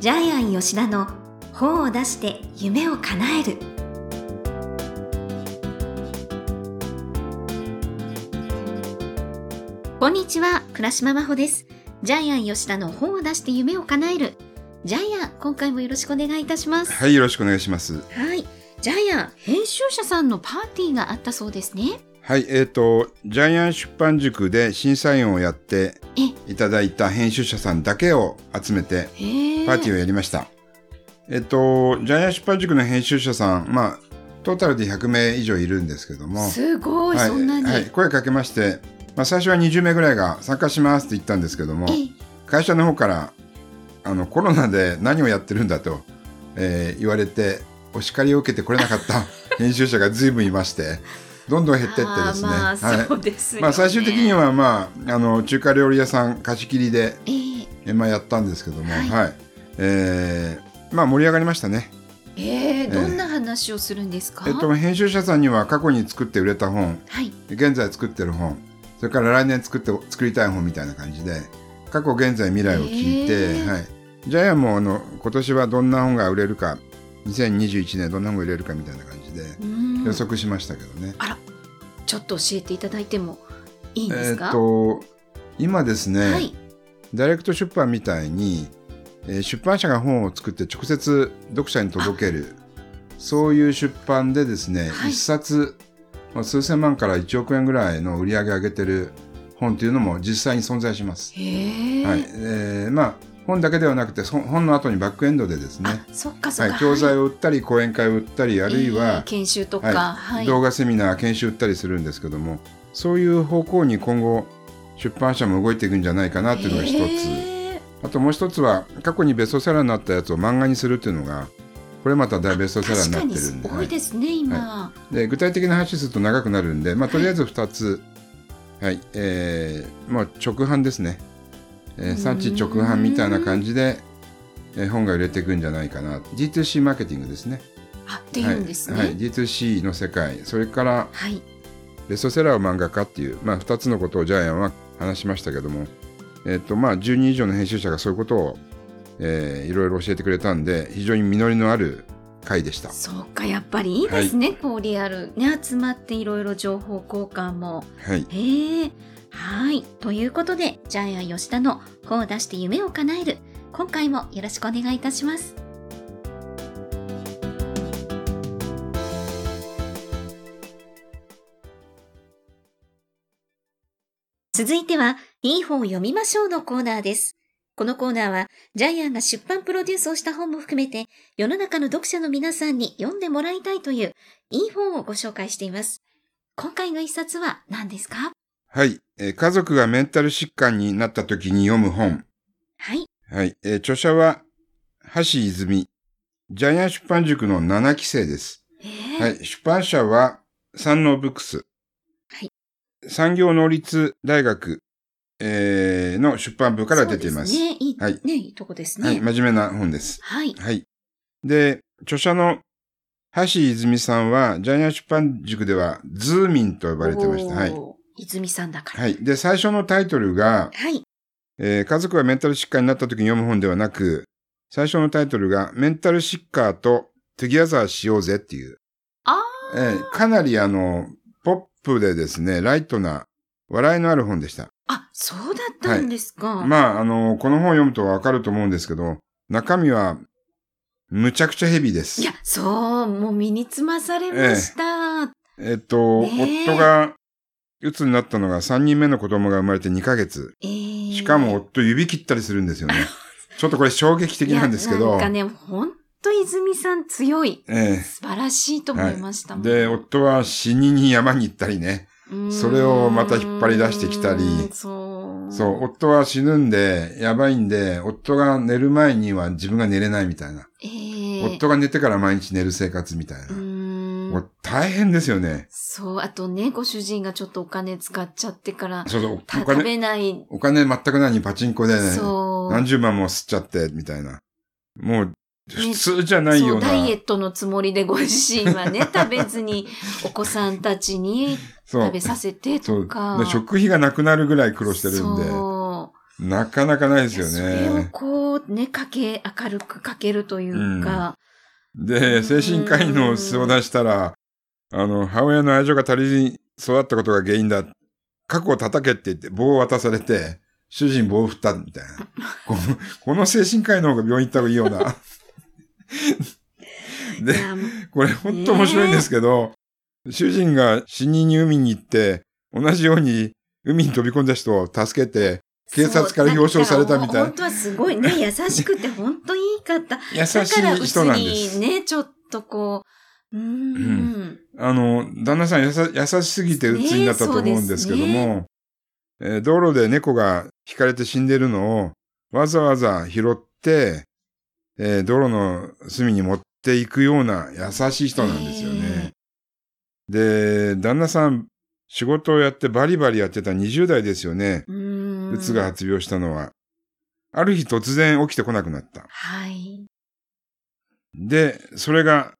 ジャイアン吉田の本を出して夢を叶えるこんにちは倉島真帆ですジャイアン吉田の本を出して夢を叶えるジャイアン今回もよろしくお願いいたしますはい、よろしくお願いします。はいジャイアン編集者さんのパーティーがあったそうですねはい、えっ、と、ジャイアン出版塾で審査員をやっていただいた編集者さんだけを集めてえへえパーティーをやりました。えっ、と、ジャイアン出版塾の編集者さん、まあ、トータルで100名以上いるんですけども、すごい、はいそんなに、はい、声かけまして、まあ、最初は20名ぐらいが参加しますって言ったんですけども、え会社の方からあのコロナで何をやってるんだと、えー言われてお叱りを受けてこれなかった 編集者が随分いましてどんどん減ってってですねあーまあ、そうはですよね、いまあ、最終的には、まあ、あの中華料理屋さん貸し切りで、えーえーまあ、やったんですけども、ははいいえーまあ、盛り上がりましたね、えーどんな話をするんですか、えっと、編集者さんには過去に作って売れた本はい現在作ってる本それから来年作って作りたい本みたいな感じで過去現在未来を聞いて、へーはい、ジャイアンもあの今年はどんな本が売れるか2021年どんな本が売れるかみたいな感じでうん予測しましたけどね。あらちょっと教えていただいてもいいんでえすっか、と今ですね、はいダイレクト出版みたいに、えー出版社が本を作って直接読者に届けるそういう出版でですね、はい一冊、まあ、数千万から1億円ぐらいの売り上げ上げてる本というのも実際に存在します。へえ、はいえーまあ、本だけではなくてそ本の後にバックエンドでですねあ、そっかそっはか、い、教材を売ったり講演会を売ったりああるいは、研修とか、はい動画セミナー研修売ったりするんですけどもそういう方向に今後出版社も動いていくんじゃないかなというのが一つ。へーあともう一つは過去にベストセラーになったやつを漫画にするっていうのがこれまた大ベストセラーになってるん確かで,にはい、多いですね、今、で具体的な話すると長くなるんで、まあ、とりあえず2つ、はいえーまあ、直販ですね、えー産地直販みたいな感じで、えー本が売れていくんじゃないかな D2C マーケティングですねあっていうんですねはいはい、D2C の世界それからはい、ベストセラーを漫画化っていう、まあ、2つのことをジャイアンは話しましたけども、えっとまあ、10人以上の編集者がそういうことを、えーいろいろ教えてくれたんで非常に実りのある回でした。そうかやっぱりいいですね、こうリアルね集まっていろいろ情報交換もはい、へえはいということでジャイアン吉田の「本を出して夢を叶える」今回もよろしくお願いいたします続いては、いい本を読みましょうのコーナーです。このコーナーは、ジャイアンが出版プロデュースをした本も含めて、世の中の読者の皆さんに読んでもらいたいという、いい本をご紹介しています。今回の一冊は何ですかはいえー家族がメンタル疾患になった時に読む本、はい。はいえー著者は橋泉ジャイアン出版塾の7期生です。えーはい、出版社は山王ブックス。はい産業能率大学、えーの出版部から出ています。そうでね、いい、はいね、いいとこですはね。い、真面目な本です。はい。はい。で、著者の橋泉さんは、ジャイアン出版塾では、ズーミンと呼ばれてました。はい。おー。泉さんだから。はい。で、最初のタイトルが、はい。えー家族がメンタル疾患になった時に読む本ではなく、最初のタイトルが、メンタルシッカーとトゥギャザーしようぜっていう。あえーかなりあの、ポップでですね、ライトな、笑いのある本でした。あ、そうだったんですか。まあ、あの、この本を読むとわかると思うんですけど、中身は、むちゃくちゃヘビーでいすや。、そう、もう身につまされました。えっと、ねえ夫が、鬱になったのが3人目の子供が生まれて2ヶ月。えーしかも、夫指切ったりするんですよ ね。ちょっとこれ衝撃的なんですけいやなどん、かね、ほんと泉さん強い。え素晴らしいと思いましたえもん。で、夫は死にに山に行ったりね。うーんそれをまた引っ張り出してきたりそう。そう、夫は死ぬんで、やばいんで、夫が寝る前には自分が寝れないみたいな。えー夫が寝てから毎日寝る生活みたいうな。ーんもう大変ですよね。そう、あとね、ご主人がちょっとお金使っちゃってから、そうそう、おた食金、べない、お金全くないのにパチンコで、そう。何十万も吸っちゃって、みたいな。もう、普通じゃないよそうう、な。ダイエットのつもりでご自身は ね、食べずに、お子さんたちにそう食べさせてそとうか。で食費がなくなるぐらい苦労してるんで。そう。なかなかないですよそれをね。こう、ね、かけ、明るくかけるというか、で、精神科医の相談したら、あの、母親の愛情が足りずに育ったことが原因だ。過去を叩けって言って棒を渡されて、主人棒を振ったみたい な。このこの精神科医の方が病院行った方がいいような。でい、やもうこれ本当面白いんですけど、主人が死人に海に行って、同じように海に飛び込んだ人を助けて、警察から表彰されたそみたいうだからもう本当はすごいね、優しくて本当にいい方。優しだからい人なんでうつす。にね、ちょっとこう、うーん。あの、旦那さんやさ優しすぎて鬱になったと思うんですけども、ねえー道路で猫が引かれて死んでるのをわざわざ拾って、えー道路の隅に持っていくような優しい人なんですよね。で、旦那さん仕事をやってバリバリやってた20代ですよね。うーん。うつが発病したのは。ある日突然起きてこなくなった。はい。で、それが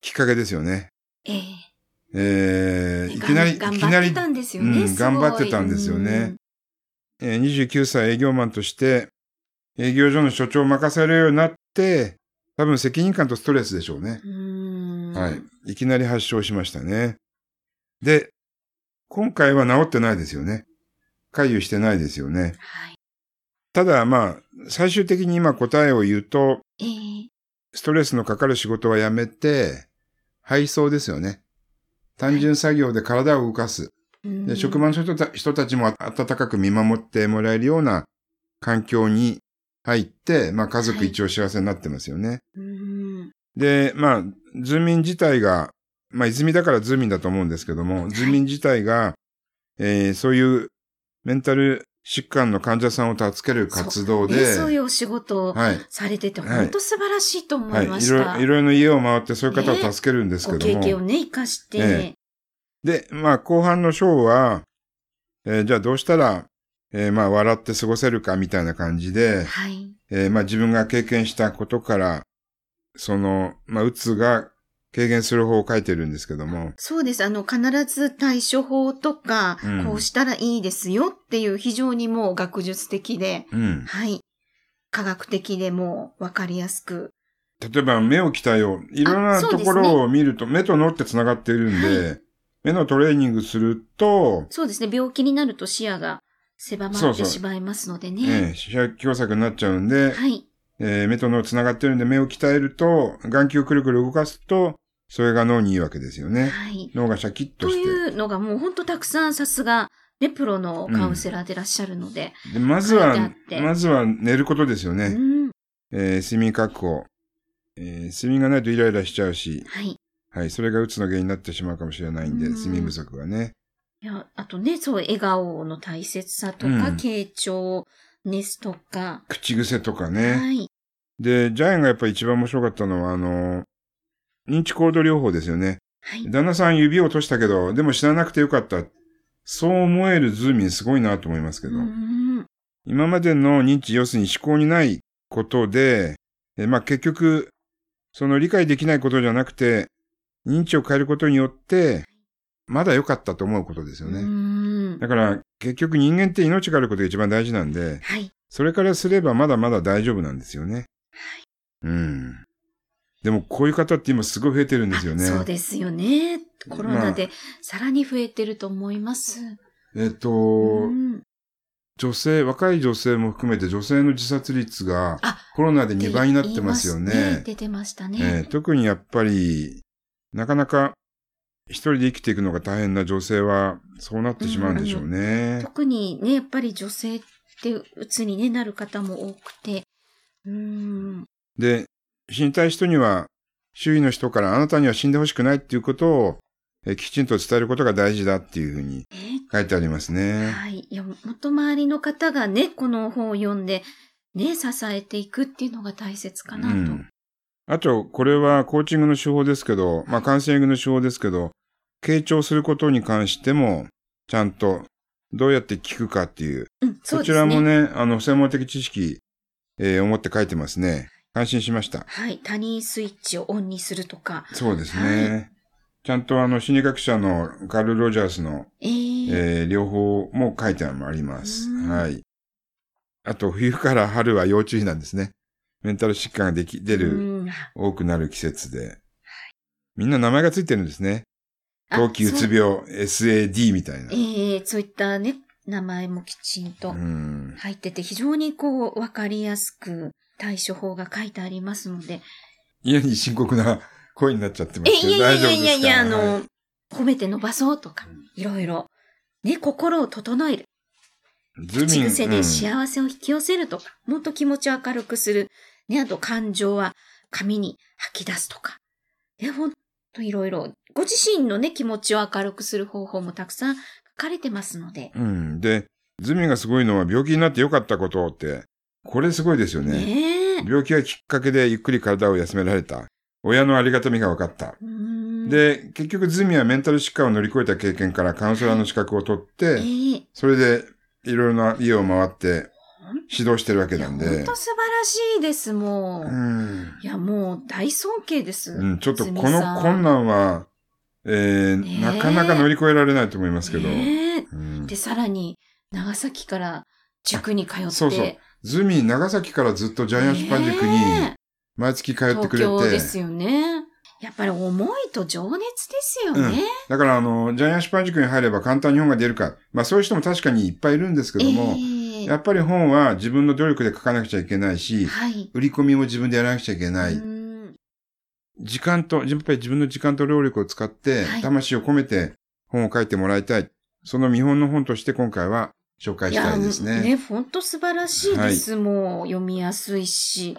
きっかけですよね。えええーいがんきなり、いき頑な張ってりたんですよね。うすんごい頑張ってたんですよね。えー29歳営業マンとして、営業所の所長を任されるようになって、多分責任感とストレスでしょうね。うん。うーんはい。。いきなり発症しましたね。で、今回は治ってないですよね。回遊してないですよね。はい。ただまあ、最終的に今答えを言うと、ええストレスのかかる仕事はやめて、配送ですよね。単純作業で体を動かす。うんで職場の人た人たちも温かく見守ってもらえるような環境に入って、まあ家族はい一応幸せになってますよね。うん。で、まあ、ズーミン自体が、まあ泉だからズーミンだと思うんですけども、ズーミン自体が、えーそういうメンタル疾患の患者さんを助ける活動ねで、そういうお仕事をはい。されてて、はい本当素晴らしいと思はいい。まいした。ろいろの家を回ってそういう方を助けるんですけごど経も。験をね、生かして。えで、まあ、後半の章は、えーじゃあどうしたら、えーまあ、笑って過ごせるかみたいな感じで、はい。えーまあ、自分が経験したことから、その、まあ、うつが軽減する方を書いてるんですけども、そうです。あの、必ず対処法とか、うんこうしたらいいですよっていう非常にもう学術的で、うん。はい。科学的でもう分かりやすく。例えば、目を鍛えよう。いろんあなそうですとねころを見ると、目と脳って繋がっているんで、目のトレーニングすると、そうですね。病気になると視野が狭まそうってそうしまいますのでえね。ー視野狭窄になっちゃうんで、はい。えー目と脳繋がってるんで、目を鍛えると、眼球をくるくる動かすと、それが脳にいいわけですよね。はい。脳がシャキッととしいうのがもう本当たくさんさすが、ね、プロのカウンセラーでいらっしゃるので。て。でまず書いてあはって、まずは寝ることですようね。ん。えー睡眠確保、えー睡眠がないとイライラしちゃうし、はい。はい、それがうつの原因になってしまうかもしれないんで、うん睡眠不足がね。いや、あとね、そう、笑顔の大切さとうか、ん傾聴ですとか。口癖とかね。はい。で、ジャイアンがやっぱり一番面白かったのは、あの、認知行動療法ですよね。はい。旦那さん指を落としたけど、でも死ななくてよかった。そう思えるズーミンすごいなと思いますけど。うん今までの認知、要するに思考にないことで、えまあ結局、その理解できないことじゃなくて、認知を変えることによって、まだ良かったと思うことですようね。ん。だから結局人間って命があることが一番大事なんで、はい。それからすればまだまだ大丈夫なんですよね。うん。でもこういう方って今すごい増えてるんですよね。そうですよね。コロナでさらに増えてると思います。えっと、うん女性、若い女性も含めて女性の自殺率があコロナで2倍になってますよね。言います出てましたえねー。特にやっぱり、なかなか一人で生きていくのが大変な女性は、そうなってしまうんでしょうね。特にね、やっぱり女性って鬱に、ね、なる方も多くて。うん。で、死にたい人には、周囲の人からあなたには死んでほしくないっていうことを、えーきちんと伝えることが大事だっていうふうにね書いてありますね。はい。いや、もっと周りの方がね、この本を読んで、ね、支えていくっていうのが大切かうなと。ん。あと、これはコーチングの手法ですけど、まあ、カウンセリングの手法ですけど、傾聴することに関しても、ちゃんとどうやって聞くかっていう、うん、そそうちですらもね。ね、あの、専門的知識、えーを持って書いてますね。感心しました。はい。他人スイッチをオンにするとか。そうですね。ちゃんとあの、心理学者のカール・ロジャースの、えー、えー両方も書いてありますう。んはい。あと冬から春は要注意なんですね。メンタル疾患ができ、出る、うん多くなる季節で。みんな名前がついてるんですね。あ冬季うつそう病、SAD みたいな。ええそういったね、名前もきちんとうん。入ってて、非常にこう、わかりやすく対処法が書いてありますので。家に深刻な声になっちゃってまえ、すけいど、や大い丈や夫ですいかやいや、あはいの、褒めて伸ばそうとか、いろいろ。ね、心を整える。ズーミ口ン癖うでん幸せを引き寄せるとか、もっと気持ちを明るくする。ね、あと感情は紙に吐き出すとか。え、ほんといろいろ。ご自身のね、気持ちを明るくする方法もたくさん書かれてますので。うん。で、ズーミンがすごいのは病気になってよかったことって、これすごいですよね。ねえ。病気がきっかけでゆっくり体を休められた。親のありがたみが分かった。うーん、で、結局ズーミンはメンタル疾患を乗り越えた経験からカウンセラーの資格を取っえて、えそれでいろいろな家を回って指導してるわけいや、なん本で当。素晴らしいです、もう。うん。いや、もう大尊敬です。うん、ちょっとこすみのさん困難は、えーねえなかなか乗り越えられないと思いますけど、ねえうんで、さらに、長崎から塾に通って。そうそうズミ、長崎からずっとジャイアンツパン塾にね毎月通えってくれて、東京ですよね。やっぱり思いと情熱ですよね。だからあの、ジャイアンツパン塾に入れば簡単に本が出るか、まあそういう人も確かにいっぱいいるんですけども、ええやっぱり本は自分の努力で書かなくちゃいけないし、はい。売り込みも自分でやらなくちゃいけない。うん時間と、やっぱり自分の時間と労力を使っては、い魂を込めて本を書いてもらいたい。その見本の本として今回は紹介したいですいやね。ね、本当素晴らしいです。もう読みやすいし、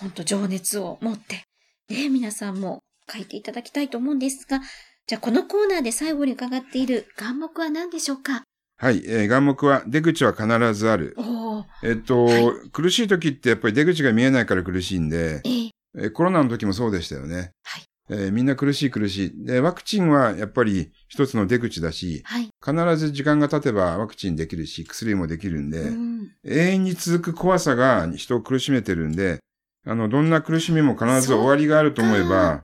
本当情熱を持って、ね、皆さんも書いていただきたいと思うんですが、じゃあこのコーナーで最後に伺っている眼目は何でしょうかはい、えー、眼目は出口は必ずある。おー、えっと、は苦しい時ってやっぱり出口が見えないから苦しいんで、えー、えーコロナの時もそうでしたよね。はいえーみんな苦しい苦しい。で、ワクチンはやっぱり一つの出口だし、はい。必ず時間が経てばワクチンできるし、薬もできるんで、うん永遠に続く怖さが人を苦しめてるんで、あの、どんな苦しみも必ず終わりがあると思えば、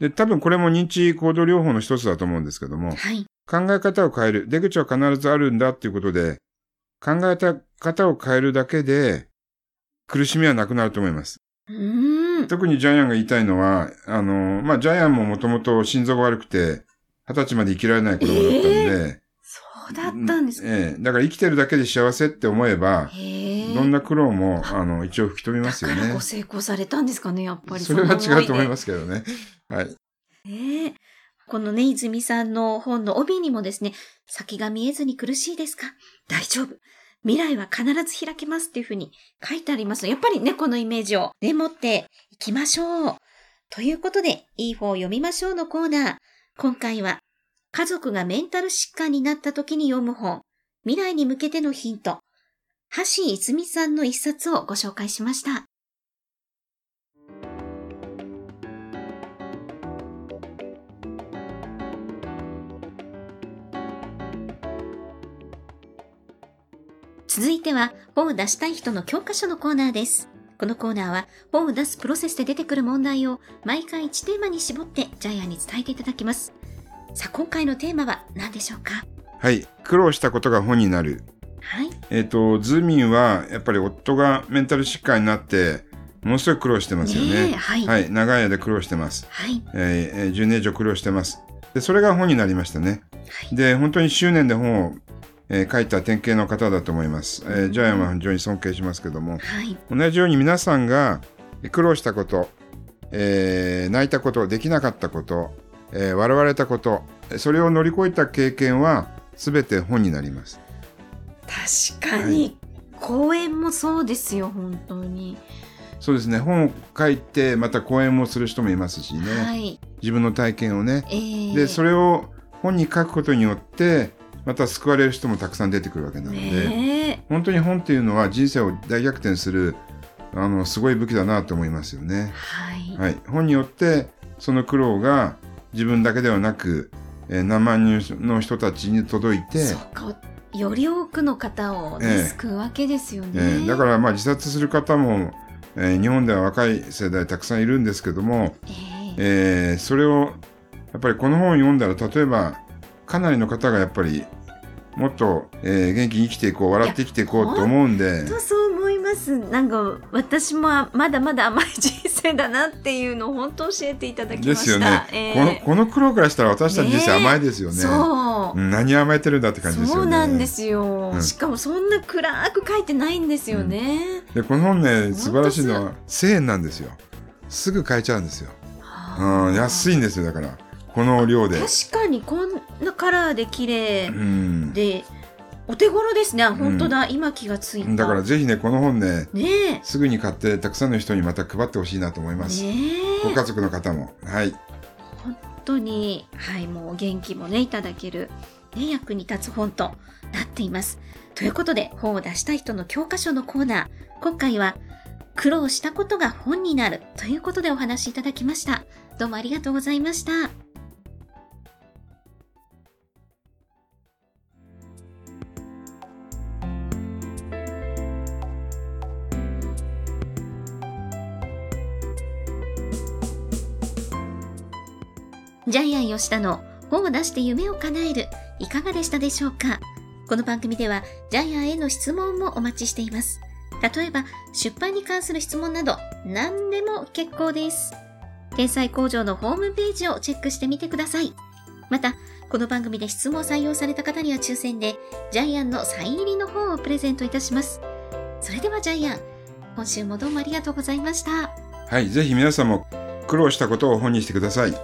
で、多分これも認知行動療法の一つだと思うんですけども、はい。考え方を変える。出口は必ずあるんだっていうことで、考えた方を変えるだけで、苦しみはなくなると思います。うーん。特にジャイアンが言いたいのは、あの、まあ、ジャイアンももともと心臓が悪くて、二十歳まで生きられない子供だったんで、そうだったんですか。ええだから生きてるだけで幸せって思えば、へえ。どんな苦労も、あの、一応吹き飛びますよだからねご。成功されたんですかね、やっぱり。それは違うと思いすますけどね。はい。ねえ。このね、泉さんの本の帯にもですね、先が見えずに苦しいですか大丈夫。未来は必ず開けますっていうふうに書いてあります。やっぱりね、このイメージをね、持っていきましょう。ということで、いい方を読みましょうのコーナー。今回は、家族がメンタル疾患になった時に読む本、未来に向けてのヒント、橋泉さんの一冊をご紹介しました。続いては本を出したい人の教科書のコーナーです。このコーナーは本を出すプロセスで出てくる問題を毎回1テーマに絞ってジャイアンに伝えていただきます。さあ今回のテーマは何でしょうかはい。苦労したことが本になる。はい。えっ、と、ズーミンは、やっぱり夫がメンタル疾患になって、ものすごい苦労してますよねえね。はい。はい。長い間苦労してます。はい。えーえー10年以上苦労してます。で、それが本になりましたね。はい。で、本当に執念で本を、えー書いた典型の方だと思います。えージャイアンは非常に尊敬しますけども、はい。同じように皆さんがえー苦労したこと、えー泣いたこと、できなかったこと、えー笑われたこと、えーそれを乗り越えた経験は、すべて本になります。確かに、講演もそうですよ、本当に。そうですね本を書いてまた講演もする人もいますしね、はい。自分の体験をね、えー、でそれを本に書くことによってまた救われる人もたくさん出てくるわけなので、ね本当に本っていうのは人生を大逆転するあのすごい武器だなと思いますよねえ。はい。はい、本によってその苦労が自分だけではなく、えー何万人の人たちに届いて、そうか。より多くの方をね、ええ救うわけですよね。えーだからまあ自殺する方も、えー日本では若い世代たくさんいるんですけども、えええーそれをやっぱりこの本を読んだら例えばかなりの方がやっぱりもっと、えー元気に生きていこう、笑って生きていこうと思うんで、とそう思いますなんか私もまだまだ甘い人生だなっていうのを本当教えていただきまでしたすよね、えーこの、この苦労からしたら私たち人生ねえ甘いですよね。そう、うん何甘えてるんだって感じですよね。そうなんですよ、うんしかもそんな暗く書いてないんですよね、でこの本ね当素晴らしいのは1000円なんですよすぐ買えちゃうんですよ、うん、安いいんですよだからこの量で確かにこんなカラーで綺麗うんでお手頃ですねあ本当だ、今気がついただからぜひねこの本ねねえすぐに買ってたくさんの人にまた配ってほしいなと思います、ねごえ家族の方もはい本当に、はい、もうお元気もねいただける、ね、役に立つ本となっています。ということで本を出したい人の教科書のコーナー今回は「苦労したことが本になる」ということでお話しいただきました。どうもありがとうございました。ジャイアン吉田の本を出して夢を叶えるいかがでしたでしょうかこの番組ではジャイアンへの質問もお待ちしています。例えば出版に関する質問など何でも結構です。天才工場のホームページをチェックしてみてください。また、この番組で質問を採用された方には抽選でジャイアンのサイン入りの本をプレゼントいたします。それではジャイアン、今週もどうもありがとうございました。ははいぜひ皆さんも苦労したことを本にしてくださいい。